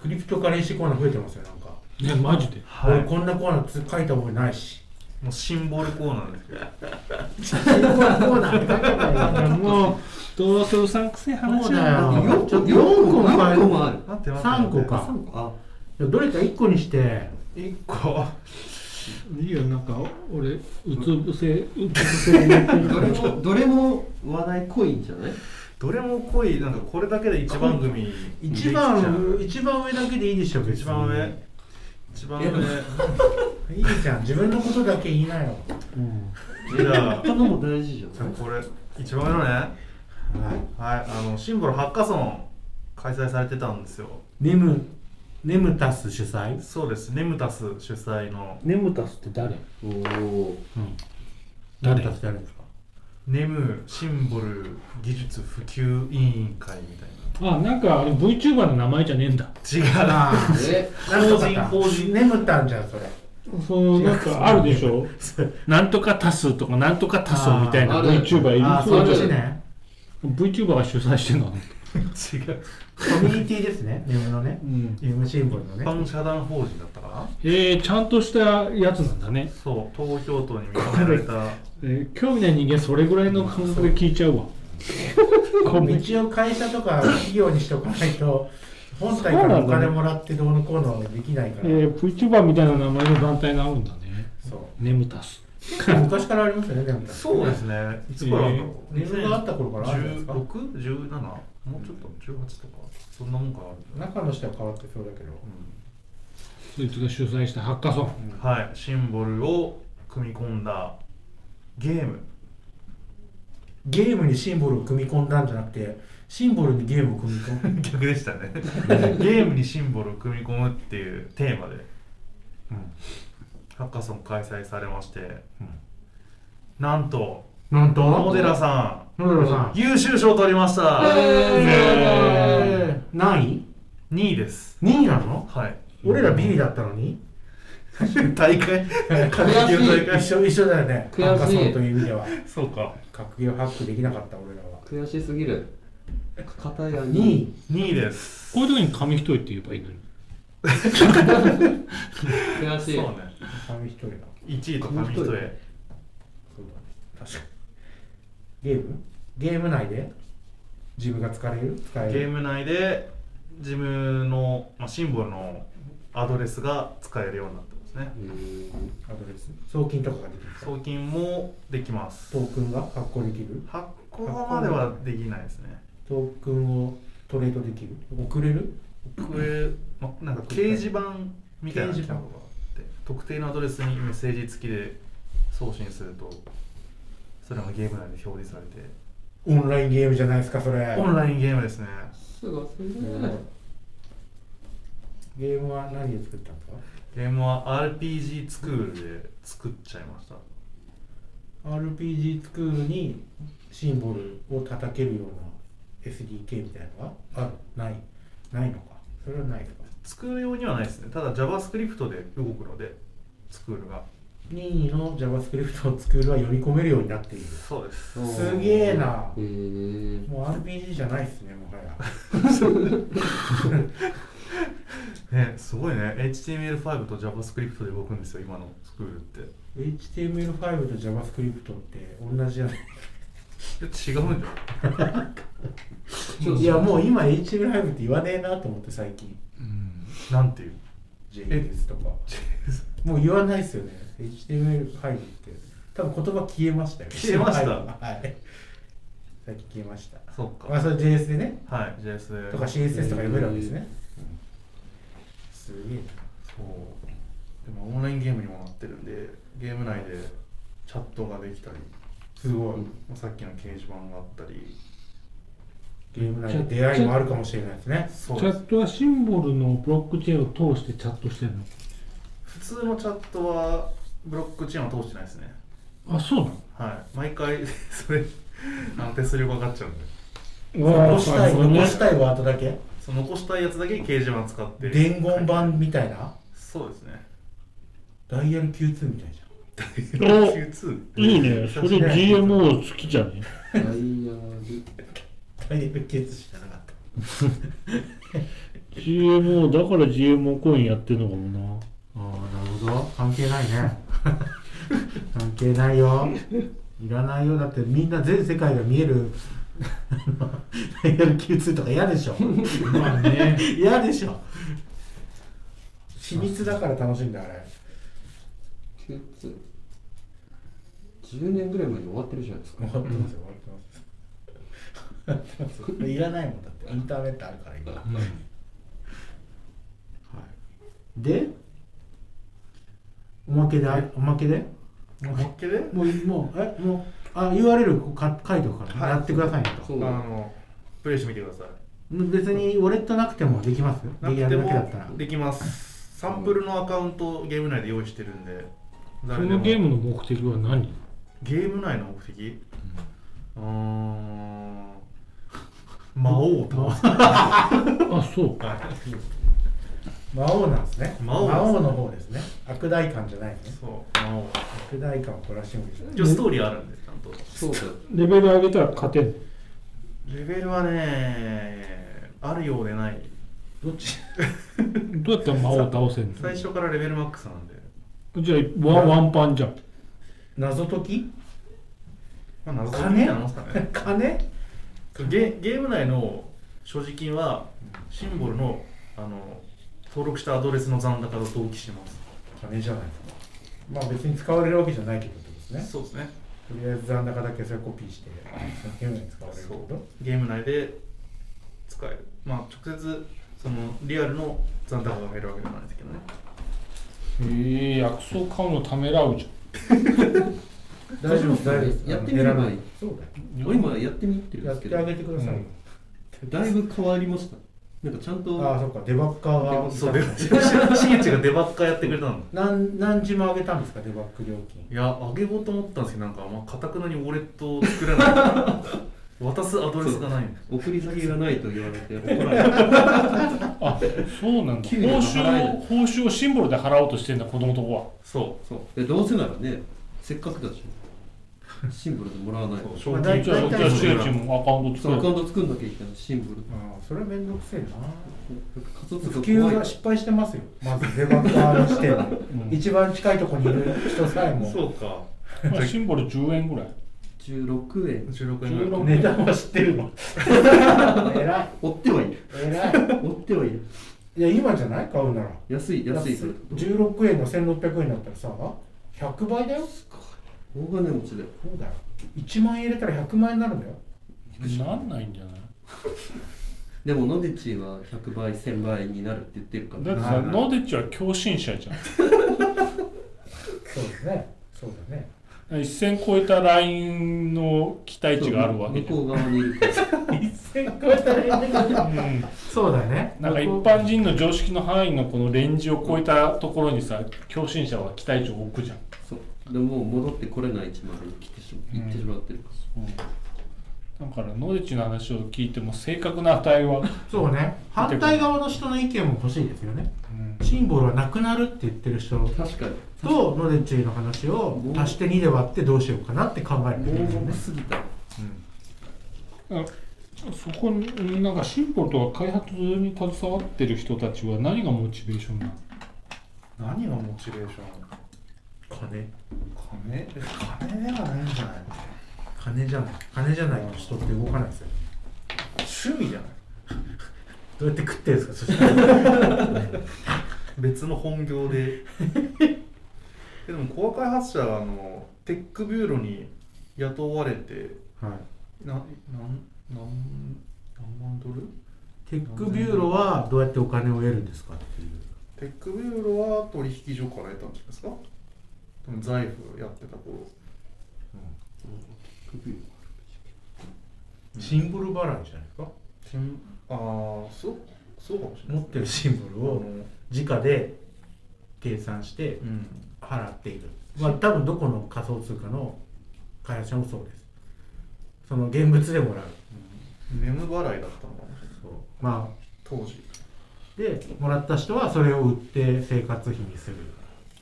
クリプトカレンシーコーナー増えてますよなんか、
ね、マジで、
はい
俺こんなコーナーつ書いた覚えないし
もうシンボルコーナーですけど。
コーナーコーナーって書いたことないからもう
もう、どうせうさんくせえ話なんだ
あ
あ
そうだよ
4
ちょ
個
っと
四個
四個もある
四個もある
待って待って。
三個か
あ三個あ
いやどれか一個にして
一個。
いいよ、なんか俺、うつ伏せ、うつ伏せになってるか
どれ
ら。
もどれも話題濃いんじゃない
どれも濃い、なんかこれだけで一番組。
一
できちゃう
番一番上だけでいいでしょ別に
一番上。一番
いやで
いいじゃん自分のことだけ言いなよ
うん
上。じゃあ
他のも大事じゃない
これ、一番上のね。はい、
はい
あの、シンボルハッカソン。開催されてたんですよ。
ネムネムタス主催
そうです。ネムタス主催の。
ネムタスって誰
おお
ネムタスってあるんですか
ネムシンボル技術普及委員会みたい
あ、なんかあれ VTuber の名前じゃねえんだ。
な。違うな。
ああ
え
なんとかた
法人法人
ネムタンじゃんそれ
そう、なんかあるでしょなんとかタスとかなんとかタソみたいな
あー
VTuber いる
ああ
そ
そうっ
じ
ち
ゃん。
ね
VTuber が主催してんの
違う。
コミュニティですねネムのね
うん。
ネムシンボルの
一
ね
般社団法人だったかな
えー、ちゃんとしたやつなんだね。
そう、東京都に認められた。
えー、興味ない人間それぐらいの感覚で聞いちゃうわ。コミ
一応会社とか企業にしておかないと本体からお金もらってどうのこうのできないか
え
ら
ー、VTuber みたいな名前の団体があるんだね。
そう
ネムタス。
結構昔からありますよねネムタス
そうですね。いつからだろう。
ネムがあった頃からあるんですか
16?17? もうちょっと18とかそんなもんかある
中の人は変わってそうだけど
そいつが主催したハッカソン。
うんはいシンボルを組み込んだゲーム
ゲームにシンボルを組み込んだんじゃなくてシンボルにゲームを組み込む
逆でしたね ゲームにシンボルを組み込むっていうテーマでハッカソン開催されましてなんと
なんと
小野寺さ
野寺さん
ん優秀賞を取りました
えー、何位
2位です
?2 位なの
はい
俺らビリだったのに
大 会格ゲーの大
一
会
緒一緒だよね
悔しい
ハッカソンという意味では
そうか
格ゲーをハックできなかった俺らは
悔しすぎる片や
2位
2位です
こういう時に紙一重って言えばいいのに
悔
そう
しい
ね
紙一人だ
1位と紙一重
そうだね確かにゲームゲーム内で自分が疲れる使える
ゲーム内で自分の、まあ、シンボルのアドレスが使えるようになってますね
うん
アドレス送金とかができる
送金もできます
トークンが発行できる
発行まではできないですね
トークンをトレードできる送れる
これ、ま、なんか掲示板みたいな機能があって特定のアドレスにメッセージ付きで送信するとそれもゲーム内で表示されて
オンラインゲームじゃないですかそれ
オンラインゲームですね
すごすぎる
ゲームは何で作ったんですか
ゲームは RPG スクールで作っちゃいました
RPG スクールにシンボルを叩けるような SDK みたいなのがあるないないのかそれはないのか
スクール用にはないですねただ JavaScript で動くのでスクールが
任意の JavaScript をスクールは読み込めるようになっている
そうです
すげえな
へえ
もう RPG じゃないですねもはや
ねすごいね HTML5 と JavaScript で動くんですよ今のスクールって
HTML5 と JavaScript って同じじゃない
いや違うんじゃない
いやもう今 HTML5 って言わねえなと思って最近
なんていう
JS とかもう言わないですよね HTML5 って多分言葉消えましたよ
消えました
HTML5 はい最近消えました
そう
まあ
か
それ JS でね
はい JS で
とか CSS とか読めるわけですね、すげえな
そうでもオンラインゲームにもなってるんでゲーム内でチャットができたり
すごい
まあさっきの掲示板があったり
ゲーム内で出会いもあるかもしれないですね
そ
チャットはシンボルのブロックチェーンを通してチャットしてる
普通のチャットはブロックチェーンは通してないですね
のあそう
はい毎回 それあの手数料かかっちゃうんで
なの
残したい
そうね
残したいワードだけ
その残したいやつだけ掲示板使って
伝言
はい
版みたいな
そうですね
ダイヤル Q2 みたいじゃん
お
Q2
いいねそれ GMO 好きじゃね
ダイヤル
ダイヤル Q2 しかなかった
GMO だから GMO コインやってんのかも
ああなるほど関係ないね 関係ないよいらないよだってみんな全世界が見えるダイヤル Q2 とか嫌でしょ
なまあね
嫌でしょ秘密だから楽しいんだあれ
9つ10年ぐらい前に終わってるじゃないですか
終わってますよ終わってます終わってますいらないもんだってインターネットあるから今、はい、でおまけであおまけで
もうっけで
もうもうえもうあ URL こうか書いておくから、
はい
やってくださいね
そ
あ
う
のプレイしてみてください
と別にウォレットなくてもできます
なく
や
て
るだけだったら
もできますサンプルのアカウントをゲーム内で用意してるんで
そ
誰で
の
も
ゲームの目的は何
ゲーム内の目的うーん魔王を倒す
あそう
魔王なんですね
魔王です
の方ですね悪大感じゃないね
そう魔王
悪大感を懲らしむじゃない
一応ストーリーあるんでちゃんと
そうだよ
レベル上げたら勝てんの
レベルはねあるようでない
どっち
どうやって魔王倒せん
最初からレベルマックスなんで、
のじゃあワンワンパンじゃん
謎解き
まあ、謎解きみた
金
いなもんすかね
金
ゲゲーム内の所持金はシンボルのあの登録したアドレスの残高と同期します
金じゃないですかまあ別に使われるわけじゃないけどってことですね
そうですね
とりあえず残高だけそれコピーしてそのゲームに使われるって
そ
こ
うゲーム内で使えるまあ直接そのリアルの残高が入るわけじゃないですけどね
へえ薬草買うのためらうじ
と大丈夫です大丈夫です
やってみれば
あの減ら
いい
なそうだよ
俺今やってみてるん
や
で
っ
すけ
て
ど
あげてください、
うん
だいぶ変わりましたなんかちゃんと
ああそっかデバッカーが
そうでしげちがデバッカーやってくれたの
何何時も上げたんですかデバッグ料金
いや、あげようと思ったんですけど、なんか、まあ、かたくなにウォレットを作らないから渡すアドレスがないんです
送り先がないと言われて怒 られ
あそうなんだ報
給料が払え
酬
る
を報酬をシンボルで払おうとしてんだ子供とこは
そ
そうでどうせならねせっかくだしシンボルでもらわないと
う
賞
まあ
金
大
じゃあ
体
じゃあシエチもアカウント
そうア
作
カウン
る
ト作んなきゃいけないシンボル
あーそれは面倒くせえな
仮想通
普
貨怖い
及が失敗してますよまずデバッガーの視点で、
ん
一番近いところにいる人さえも
そうか
まあシンボル10円ぐらい
16円
16円ぐらい
16
値段は知ってるの偉い
追ってはいる
偉
追ってはいる
いいや今じゃない買うなら
安い安いそれ
16円の1600円だったらさ100倍だよ
大金持ちだよ
そうだよ1万円入れたら100万円になるんだよ
なんないんじゃない
でも野口は100倍1000倍になるって言ってるか
だっ
ら
てさノデッチは共振者じゃん
そうだねそうだね
1000超えたラインの期待値があるわけ
向
じゃ
こう
ん、う
側にいるから
1000超えたらいいんだけど
ん、
そうだね
なんか一般人の常識の範囲のこのレンジを超えたところにさ共振者は期待値を置くじゃん、
そうでもう戻ってこれない位置まで来てしま行ってしまってるから、
だからノデッチの話を聞いても正確な値は、
そうね反対側の人の意見も欲しいですよねシンボルはなくなるって言ってる人
確かに
とノデンチェイの話を足して2で割ってどうしようかなって考えるべきですよ
盲
ね
目すぎた
うん
あそこになんかシンボルとか開発に携わってる人たちは何がモチベーションなの
何がモチベーション
金
金金ではないんじゃない
金じゃない金じゃないと人って動かないですよ
趣味じゃない
どうやって食ってるんですかそ したら
別の本 業ででもコア開発者はあのテックビューロに雇われて
はい
ななんなん何万ドル
テックビューロはどうやってお金を得るんですかっていう
テックビューロは取引所から得たんじゃないですかでも財布やってた頃
シンボル払いじゃないですか
てんああそうそうかもしれない
持ってるシンボルを直で計算して
うん
払っているまあ多分どこの仮想通貨の開発者もそうですその現物でもらう
メム払いだったのかもしれない
そうまあ
当時
でもらった人はそれを売って生活費にする、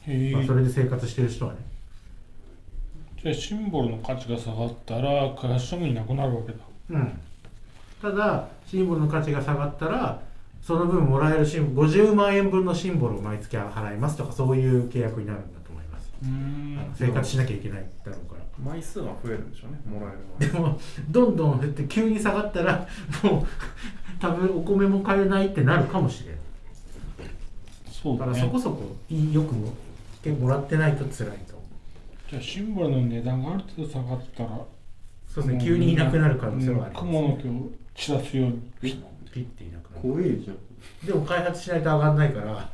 へえ
まあ、それで生活してる人はね
じゃあシンボルの価値が下がったら開発者もいなくなるわけだ
うんただシンボルの価値が下がったらその分もらえるシンボル50万円分のシンボルを毎月払いますとかそういう契約になるんだと思います、
うん
あの生活しなきゃいけないだろうから
枚数が増えるんでしょうねもらえる
でもどんどん減って急に下がったらもう食べお米も買えないってなるかもしれない
そう
だ
だ
から
ね
そこそこいいよくももらってないと辛いと
じゃあシンボルの値段がある程度下がったら
そうですね急にいなくなる可能性もありま
る
す、
雲の毛を散らすように
ピッていなくなる
怖えじゃん
でも開発しないと上がんないから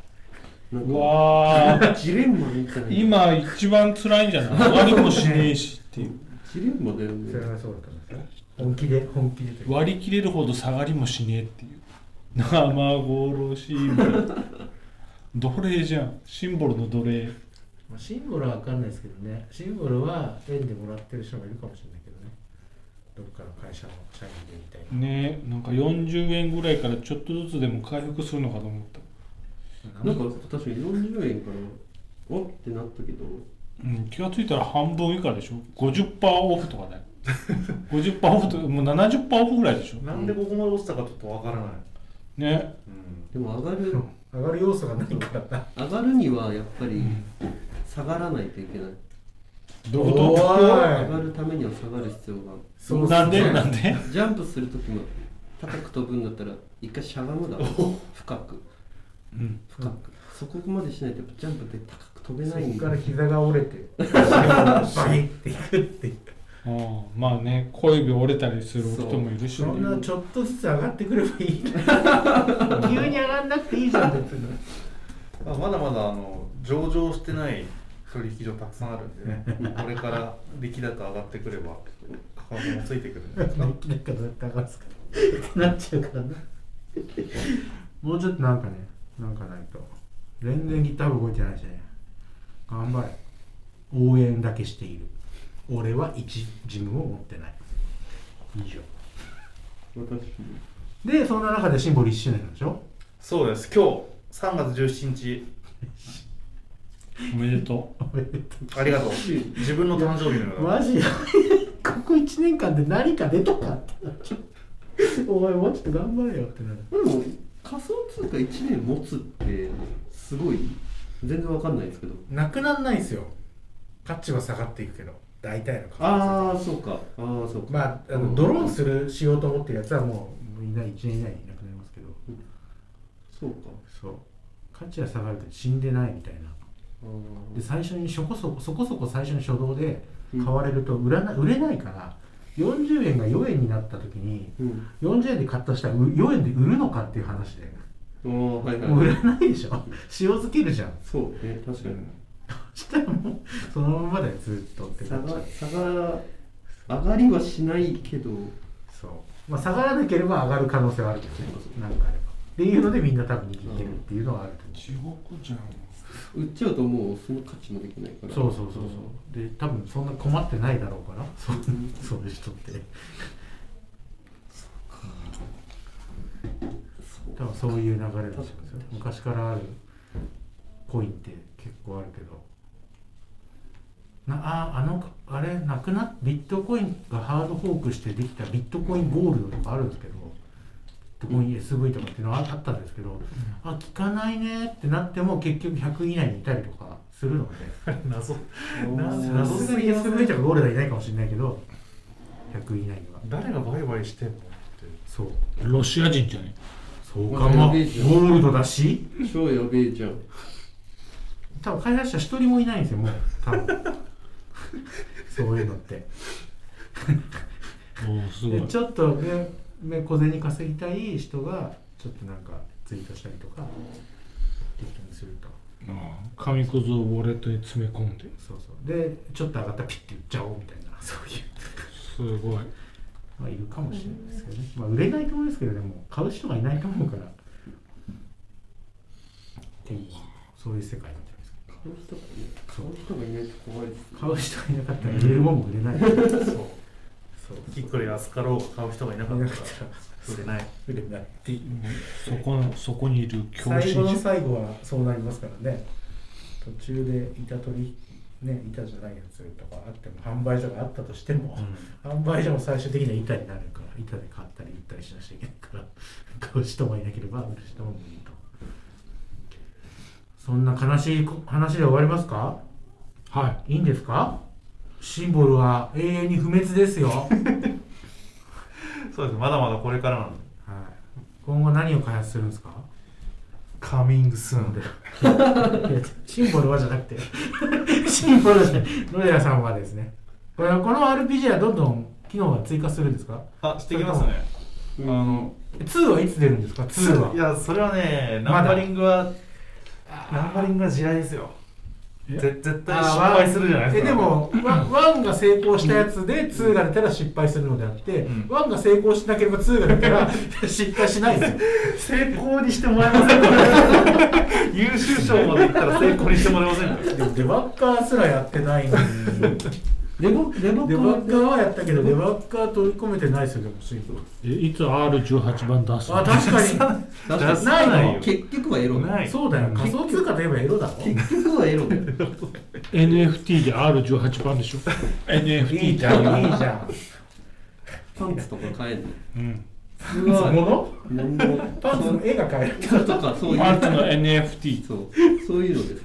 なんか
うわー
ジレンマみたいな
今一番辛いんじ ゃない上がりもしねえしっていう
ジレンマだよ
それ
ね
はそうだと思いますよ本気で本気でというか
割り切れるほど下がりもしねえっていう生殺し奴隷じゃんシンボルの奴隷
まあシンボルは分かんないですけどねシンボルは円でもらってる人もいるかもしれないけどねどっかの会社の社員でみたいな
ねえなんか40円ぐらいからちょっとずつでも回復するのかと思った
なんか確かに40円からおってなったけど
うん、気がついたら半分以下でしょ50%オフ とかだよ50%オフともう70%オフぐらいでしょ
なんでここまで落ちたかちょっとわからない、
ね
うん
でも上がる
上がる要素がないからな
上がるにはやっぱり下がらないといけない
どういうこ
上がるためには下がる必要がある
となんでなんで
ジャンプするときも高く飛ぶんだったら一回しゃがむだろ深く
うん
深くそこまでしないとやっぱジャンプって高く飛べ
そ
ないん
こ
だ
から膝が折れ てバインっていくっていう
ああまあね小指折れたりする人もいるし
そ
ね
んなちょっとずつ上がってくればいい 急に上がんなくていいじゃん別に
まあ、まだまだあの上場してない取引所たくさんあるんでね これから出来高上がってくれば価格もついてくるんじゃないですか
なんかどうやって上がるんすかってなっちゃうからなもうちょっとなんかねなんかないと全然ギター動いてないしね頑張れ応援だけしている俺は一自分を持ってない以上
私
でそんな中でシンボル1周年なんでしょ
そうです今日3月17日
おめでとう
ありがとう自分の誕生日のよう だ
マジここ1年間で何か出たかってなっちゃうお前もうちょっと頑張れよってなる
でも仮想通貨1年持つってすごい全然わかんないですけど
なくなんないんですよ価値は下がっていくけど大体の価
ああそうかああそうか
まああのドローンするしようと思ってるやつはもういない1年以内にいなくなりますけど
そうか
そう価値が下がると死んでないみたいな
あ
で
ー
最初にそこそこそこそこ最初に初動で買われると売らな売れないから40円が4円になった時に
うん
40円で買った人はう4円で売るのかっていう話で
あーはいはい
もう売らないでしょ塩漬けるじゃん
そうね確かに
そしたらもうそのままだよずっとって
下
なっちゃ
が
う
下が上がりはしないけど
そう、まあ、下がらなければ上がる可能性はあるけどねなんかあればっていうのでみんな多分握ってるっていうのはあると思う
地獄じゃん
売っちゃうともうその価値もできないから
そうそうそうそうで多分そんな困ってないだろう からそうそういう人って
そう
多分そういう流れだと思うんですよ昔からあるコインって結構あるけどなああのあれなくなビットコインがハードフォークしてできたビットコインゴールドとかあるんですけどビットコイン SV とかっていうのはあったんですけど、あ聞かないねってなっても結局100以内にいたりとかするので。
謎
さ
謎
さすがに SV とかゴールドはいないかもしれないけど100以内には
誰がバイバイしてんのって
そう
ロシア人じゃね
そう
か
か
ま
ま
あ
ゴールドだし
超やべえじゃん
多分開発者一人もいないんですよもう多分 そういうのって
おおすご
で
い
ちょっとねね小銭稼ぎたい人がちょっとなんかツイートしたりとか適当にすると
ああ紙くずをウォレットに詰め込んで
そうそうでちょっと上がったらピッて売っちゃおうみたいなそういう
すごい
まあいるかもしれないですけどね、まあ、売れないと思うんですけどでも買う人がいないと思うからっていうそういう世界なんじゃないですか
買う人がいない買う人がいないと怖いですね
買う人がいなかったら売れるもんも売れないそうそう
いくら安かろうが買う人がいなかったら売れない
売れないっていう
そこのそこにいる教
最
師
後の最後はそうなりますからね途中で板取りね板じゃないやつとかあっても販売所があったとしても、販売所も最終的には板になるから板で買ったり売ったりしなきゃいけないから買う人もいなければ売る人もいるとそんな悲しい話で終わりますか
はい
いんですかシンボルは永遠に不滅です よ、はい、
そうですまだまだこれからなので
今後何を開発するんですか
カミングスーンで
いやシンボルはじゃな くてシンボルじゃない野寺さんはですねこれこの RPG はどんどん機能が追加するんですか
あしてきますねあの
2はいつ出るんですか2はい
やそれはね
まだ
ナンバリングはナンバリングは地雷ですよ
え
ぜ絶対
あー
失敗するじゃないですか
えでもワ1が成功したやつで2が出たら失敗するのであって、
うん
ワン1が成功しなければ2が出たら失敗しないんですよ
成功にしてもらえませんか優秀賞までいったら成功にしてもらえませんか
でもデバッカーすらやってないのにデ
デボデボ
バ
ッ
ッカーはやったけどデバッカー取り込めてないですよでもシンボル
えいつ R18 番出すの
あ確かに
カ
出さないよ
結局はエロ
ない
そうだよ仮想通貨といえばエロだろ
結局はエロだよ
NFT で R18 番でしょ NFT
いい
って
じ
あ
ゃ
る
んいいじゃん
パンツとか買えない
うん
すごい
物
何も
パンツの絵が変える
パンツとかそうい
パン
う
ツの NFT
そうそういうのです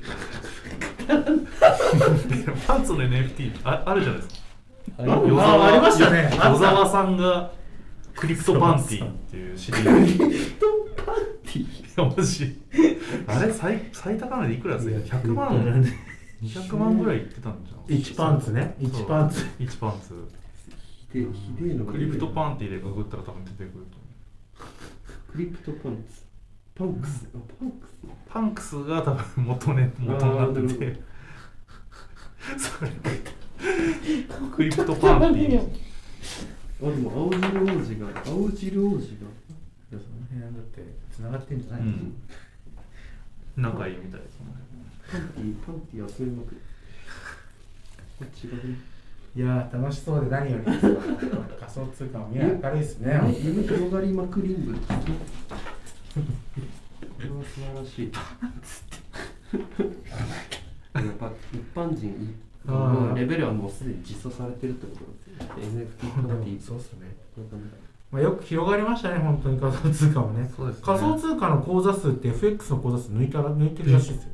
か
パンツの NFT ああるじゃないですか
あ
あ
与
あありましたね
与
あった
沢さんがクリプトパンティっていうシリーズマジあれ最最高値でいくらですか100万200万ぐらいいってたんじゃん
1パンツね1パンツ
1パンツ
ひでひでえのが
クリプトパンティでググったら多分出てくると思う
クリプトパンツパンクスあパンクス
パンクスが多分元ね元になって
なる
てそれクリプトパンティ
あでも青汁王子が青汁王子が
その辺だって繋がってんじゃな
う
い
ん仲いいみたいですね
パンティパンティ集めまくるこっちがね
いやー楽しそうで何よりです仮想通貨も見明るいですね
ね夢広がりまくりんぶですねこれは素晴らしいやっぱ一般人
あー
のレベルはもうすでに実装されてるってことですよね NFT パーティー
そうっすね
これなんだ
まあ、よく広がりましたね、本当に仮想通貨もね。
そうですね
仮想通貨の口座数って FX の口座数抜いたら抜いてるらしいですよ。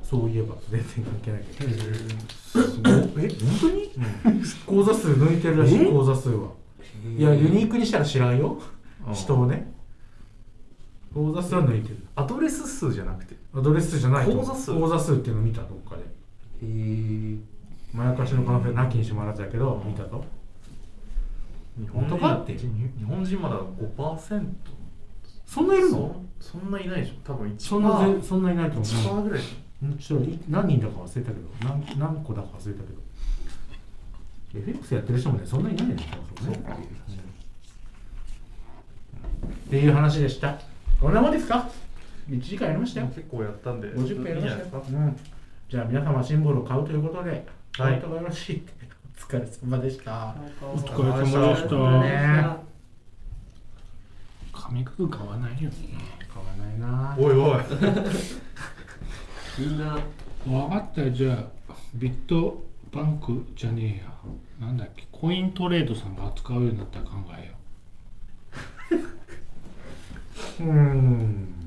そういえば、全然関係ないけど。
すごいえ本当に
口座数抜いてるらしい、
え
口座数は。いや、ユニークにしたら知らんよ。
うん
人をね。口座数は抜いてる。
アドレス数じゃなくて
アドレス数じゃないと思う
口座数
口座数っていうの見た、どっかで。
へー
まやかしの可能性なきにしもあらずやけど、見たと。
日
本当かって
日本人まだ5%
そんないるの
そんないないでしょ多分1%
そんなぜ、そんないないと思う。
1%ぐらいでし
うんちょっとい何人だか忘れたけど何何個だか忘れたけど FX やってる人もねそんなにいないでしょそうねっていう話でしたこんなもんですか1時間やりました
ょ
よ
結構やったんで
50分やりました
い
よ
いんじゃないですか
うん、じゃあ皆様シンボルを買うということで
はい
買うとがよろしいって お疲れ様でした
お疲れ様でし
お疲れ様でし
た。
た
紙くず買わないよ。
買わないな
おいおい
みんな
分かったよじゃあビットバンクじゃねえやなんだっけコイントレードさんが扱うようになったら考えよ
うーん